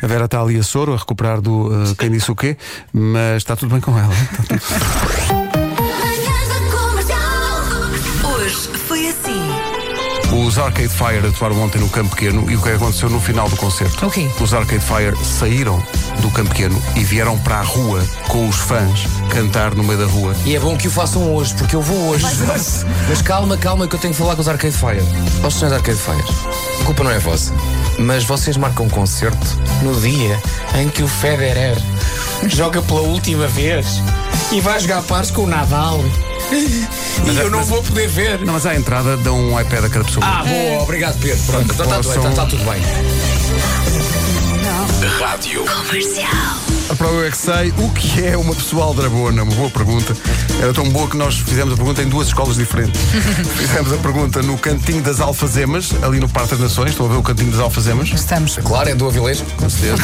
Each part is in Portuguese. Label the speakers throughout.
Speaker 1: A Vera está ali a soro, a recuperar do eh, quem disse o quê, mas está tudo bem com ela. então. Está tudo-
Speaker 2: Manhãs da comercial.
Speaker 3: Hoje foi assim.
Speaker 1: Os Arcade Fire atuaram ontem no Campo Pequeno e o que aconteceu no final do concerto?
Speaker 3: O quê?
Speaker 1: Os Arcade Fire saíram do Campo Pequeno e vieram para a rua com os fãs cantar no meio da rua.
Speaker 4: E é bom que o façam hoje, porque eu vou hoje. Mas calma, calma, que eu tenho que falar com os Arcade Fire. Ó senhores Arcade Fire, a culpa não é vossa. Mas vocês marcam um concerto no dia em que o Federer joga pela última vez e vai jogar pares com o Nadal. e eu não vou poder ver.
Speaker 1: é Não, mas à entrada dão um iPad a cada pessoa.
Speaker 4: Ah, boa, obrigado Pedro. Pronto, está tudo bem,
Speaker 1: Possam-
Speaker 4: está tudo bem.
Speaker 1: A prova é que sei o que é uma pessoal dragona, uma boa pergunta. Era tão boa que nós fizemos a pergunta em duas escolas diferentes. fizemos a pergunta no Cantinho das Alfazemas, ali no Parque das Nações. Estão a ver o Cantinho das Alfazemas?
Speaker 3: Estamos.
Speaker 4: Claro, é do Avilés.
Speaker 1: Com certeza.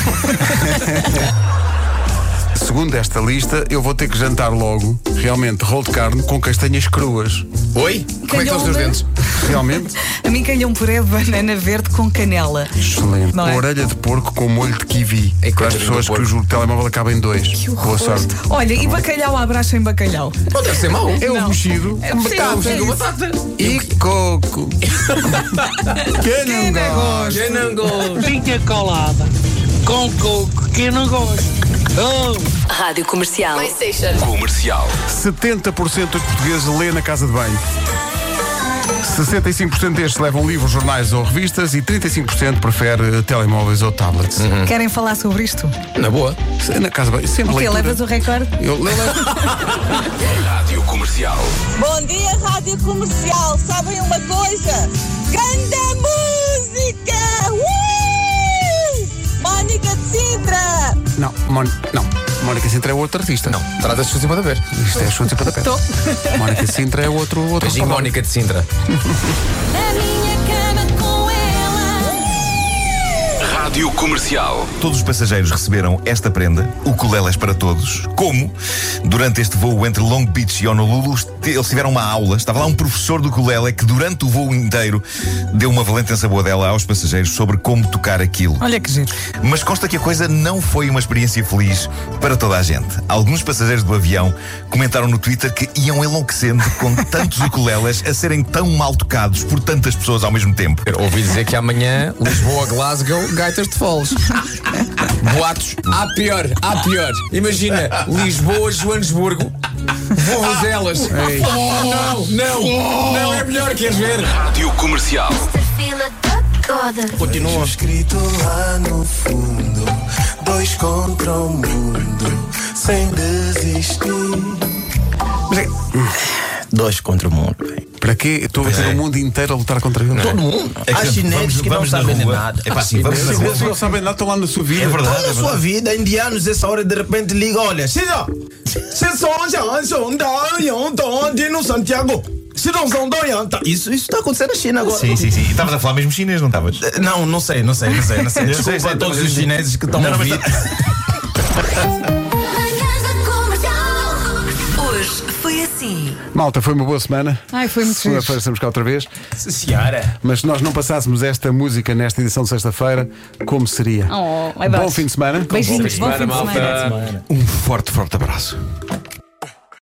Speaker 1: Segundo esta lista, eu vou ter que jantar logo, realmente, rolo de carne com castanhas cruas.
Speaker 4: Oi? Como é que estão os teus dentes?
Speaker 1: Realmente?
Speaker 3: A mim calhou um puré de banana verde com canela.
Speaker 1: Excelente.
Speaker 3: Não é?
Speaker 1: Orelha de porco com molho de kiwi.
Speaker 4: Ei,
Speaker 1: para as
Speaker 4: coitadinho do
Speaker 1: pessoas que
Speaker 4: porco.
Speaker 1: o jogo de telemóvel acaba em dois. Boa sorte.
Speaker 3: Olha, e bacalhau à braça em bacalhau.
Speaker 4: Não deve ser mau.
Speaker 1: É ovo
Speaker 3: Não.
Speaker 1: mexido,
Speaker 3: É possível,
Speaker 1: batata
Speaker 3: é isso.
Speaker 1: e coco. Quem não gosta?
Speaker 4: Eu não gosto.
Speaker 5: Pinha colada com coco que eu não gosto. Oh.
Speaker 6: Rádio Comercial.
Speaker 1: 70% dos portugueses lê na casa de banho. 65% destes levam livros, jornais ou revistas e 35% prefere eh, telemóveis ou tablets.
Speaker 4: Uhum.
Speaker 3: Querem falar sobre isto?
Speaker 4: Na boa.
Speaker 1: Se- Na casa de banho, sempre
Speaker 3: O quê?
Speaker 1: leitura.
Speaker 3: Levas o recorde?
Speaker 1: Eu le- le-
Speaker 7: Bom dia, Rádio Comercial. Sabem uma coisa? Ganda música! Ui! Mónica de Sintra!
Speaker 1: Não, Mon... não. Mónica Sintra é outro artista.
Speaker 4: Não, trata-se de uma da vez.
Speaker 1: Isto é chutes e pontapés. Mónica Sintra é outro... outro
Speaker 4: Beijinho,
Speaker 1: rapaz.
Speaker 4: Mónica de Sintra.
Speaker 2: Na minha cama com ela.
Speaker 8: Rádio Comercial.
Speaker 9: Todos os passageiros receberam esta prenda, o Colelas para Todos. Como? Durante este voo entre Long Beach e Honolulu, este- eles tiveram uma aula. Estava lá um professor do Colela que, durante o voo inteiro, deu uma valente dela aos passageiros sobre como tocar aquilo.
Speaker 3: Olha que giro.
Speaker 9: Mas consta que a coisa não foi uma experiência feliz para toda a gente. Alguns passageiros do avião comentaram no Twitter que iam enlouquecendo com tantos ukulelas a serem tão mal tocados por tantas pessoas ao mesmo tempo.
Speaker 4: Ouvi dizer que amanhã Lisboa, Glasgow, Gaitas de Foles. Boatos. Há pior, há pior. Imagina, Lisboa, Joanesburgo. Vovozelas. Não, não, não é melhor, queres ver?
Speaker 8: Rádio Comercial.
Speaker 2: Fila toda.
Speaker 4: Continua.
Speaker 10: Escrito lá no fundo, dois contra o mundo, sem desistir. Dois contra o mundo.
Speaker 1: Para quê? Eu Estou a ver o mundo inteiro a lutar contra ele. Todo mundo.
Speaker 9: É que
Speaker 10: Há chineses que não
Speaker 9: na
Speaker 10: sabem de
Speaker 9: rua.
Speaker 10: nada.
Speaker 9: É pá, sim, vamos na
Speaker 1: Eles
Speaker 9: rua.
Speaker 1: não sabem nada, estão lá na sua vida.
Speaker 9: É verdade.
Speaker 10: Olha a sua vida, indianos, essa hora de repente ligam, olha, Cida! Santiago! tá." Isso está acontecendo na China agora.
Speaker 9: Sim, sim, sim. E Estavas a falar mesmo chinês, não estavas?
Speaker 10: Não, não sei, não sei, não sei, não sei.
Speaker 9: Eu Eh, sei,
Speaker 10: Desculpa
Speaker 9: sei,
Speaker 10: a todos
Speaker 9: sei.
Speaker 10: os chineses que estão
Speaker 9: Não,
Speaker 10: a
Speaker 9: não, mas tá-
Speaker 10: ouvir.
Speaker 2: Manhãs da comercial.
Speaker 3: Hoje foi assim.
Speaker 1: Malta, foi uma boa semana.
Speaker 3: Ai, foi muito
Speaker 1: Segunda-feira
Speaker 3: giro.
Speaker 1: estamos cá outra vez.
Speaker 10: Ciara.
Speaker 1: Mas se nós não passássemos esta música nesta edição de sexta-feira, como seria?
Speaker 3: Oh, adoro.
Speaker 1: Bom fim de semana.
Speaker 3: Beijinhos, bom fim de semana.
Speaker 1: Um forte, forte abraço.